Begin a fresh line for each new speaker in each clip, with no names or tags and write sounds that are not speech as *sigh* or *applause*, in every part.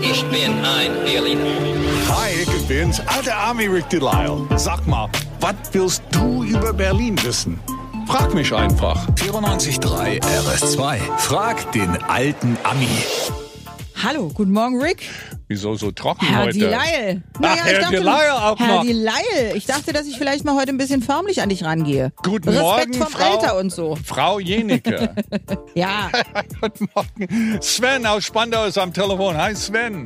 Ich bin ein Berliner.
Hi, ich bin's, alter Army Rick Delisle. Sag mal, was willst du über Berlin wissen? Frag mich einfach.
94.3 RS2. Frag den alten Ami.
Hallo, guten Morgen, Rick.
Wieso so trocken
Herr
heute?
Delisle. Naja,
Ach, Herr
dachte,
Delisle auch
Herr
noch.
Delisle. Ich dachte, dass ich vielleicht mal heute ein bisschen förmlich an dich rangehe.
Guten
Respekt
Morgen,
vom
Frau-
Alter und so.
Frau
*laughs*
Jenike.
Ja,
Guten Morgen. Sven aus Spandau ist am Telefon. Hi Sven.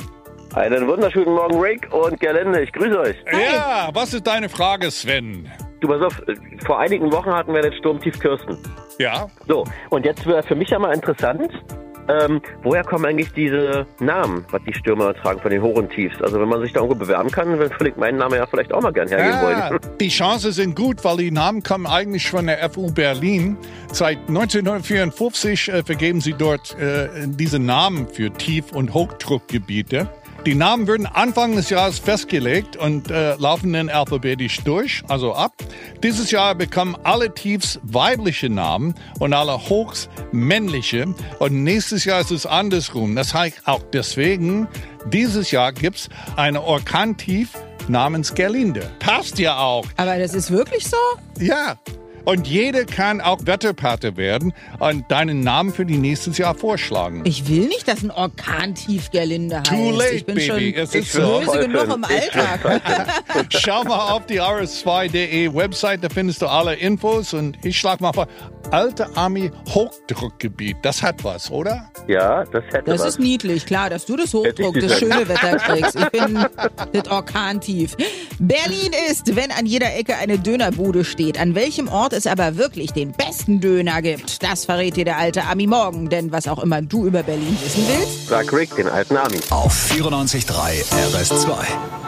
Einen wunderschönen Morgen, Rick und Gerlinde. Ich grüße euch.
Hi.
Ja, was ist deine Frage, Sven?
Du, pass auf, vor einigen Wochen hatten wir den Sturmtief Kirsten.
Ja,
So, und jetzt wäre für mich ja mal interessant, ähm, woher kommen eigentlich diese Namen, was die Stürmer tragen von den Hoch- und Tiefs? Also, wenn man sich da irgendwo bewerben kann, dann würde ich meinen Namen ja vielleicht auch mal gern hergeben wollen. *laughs*
Ah, die Chancen sind gut, weil die Namen kommen eigentlich von der FU Berlin. Seit 1954 äh, vergeben sie dort äh, diese Namen für Tief- und Hochdruckgebiete. Die Namen würden Anfang des Jahres festgelegt und äh, laufen dann alphabetisch durch, also ab. Dieses Jahr bekommen alle Tiefs weibliche Namen und alle Hochs männliche. Und nächstes Jahr ist es andersrum. Das heißt auch deswegen, dieses Jahr gibt's eine Orkantief namens Gerlinde. Passt ja auch.
aber das ist wirklich so?
Ja. Und jede kann auch Wetterpate werden und deinen Namen für die nächstes Jahr vorschlagen.
Ich will nicht, dass ein Orkan tief Gerlinde heißt.
Too late,
ich bin
Baby.
schon
Es ist so.
böse genug
*laughs*
im Alltag.
*laughs* Schau mal auf die rs2.de Website, da findest du alle Infos. Und ich schlag mal vor, alte Army Hochdruckgebiet, das hat was, oder?
Ja, das hätte
Das
was.
ist niedlich, klar, dass du das Hochdruck,
Hätte ich
das
gesagt.
schöne Wetter kriegst. Ich bin das Orkantief. Berlin ist, wenn an jeder Ecke eine Dönerbude steht. An welchem Ort es aber wirklich den besten Döner gibt, das verrät dir der alte Ami morgen. Denn was auch immer du über Berlin wissen willst,
Sag Rick, den alten Army.
Auf 94.3 RS2.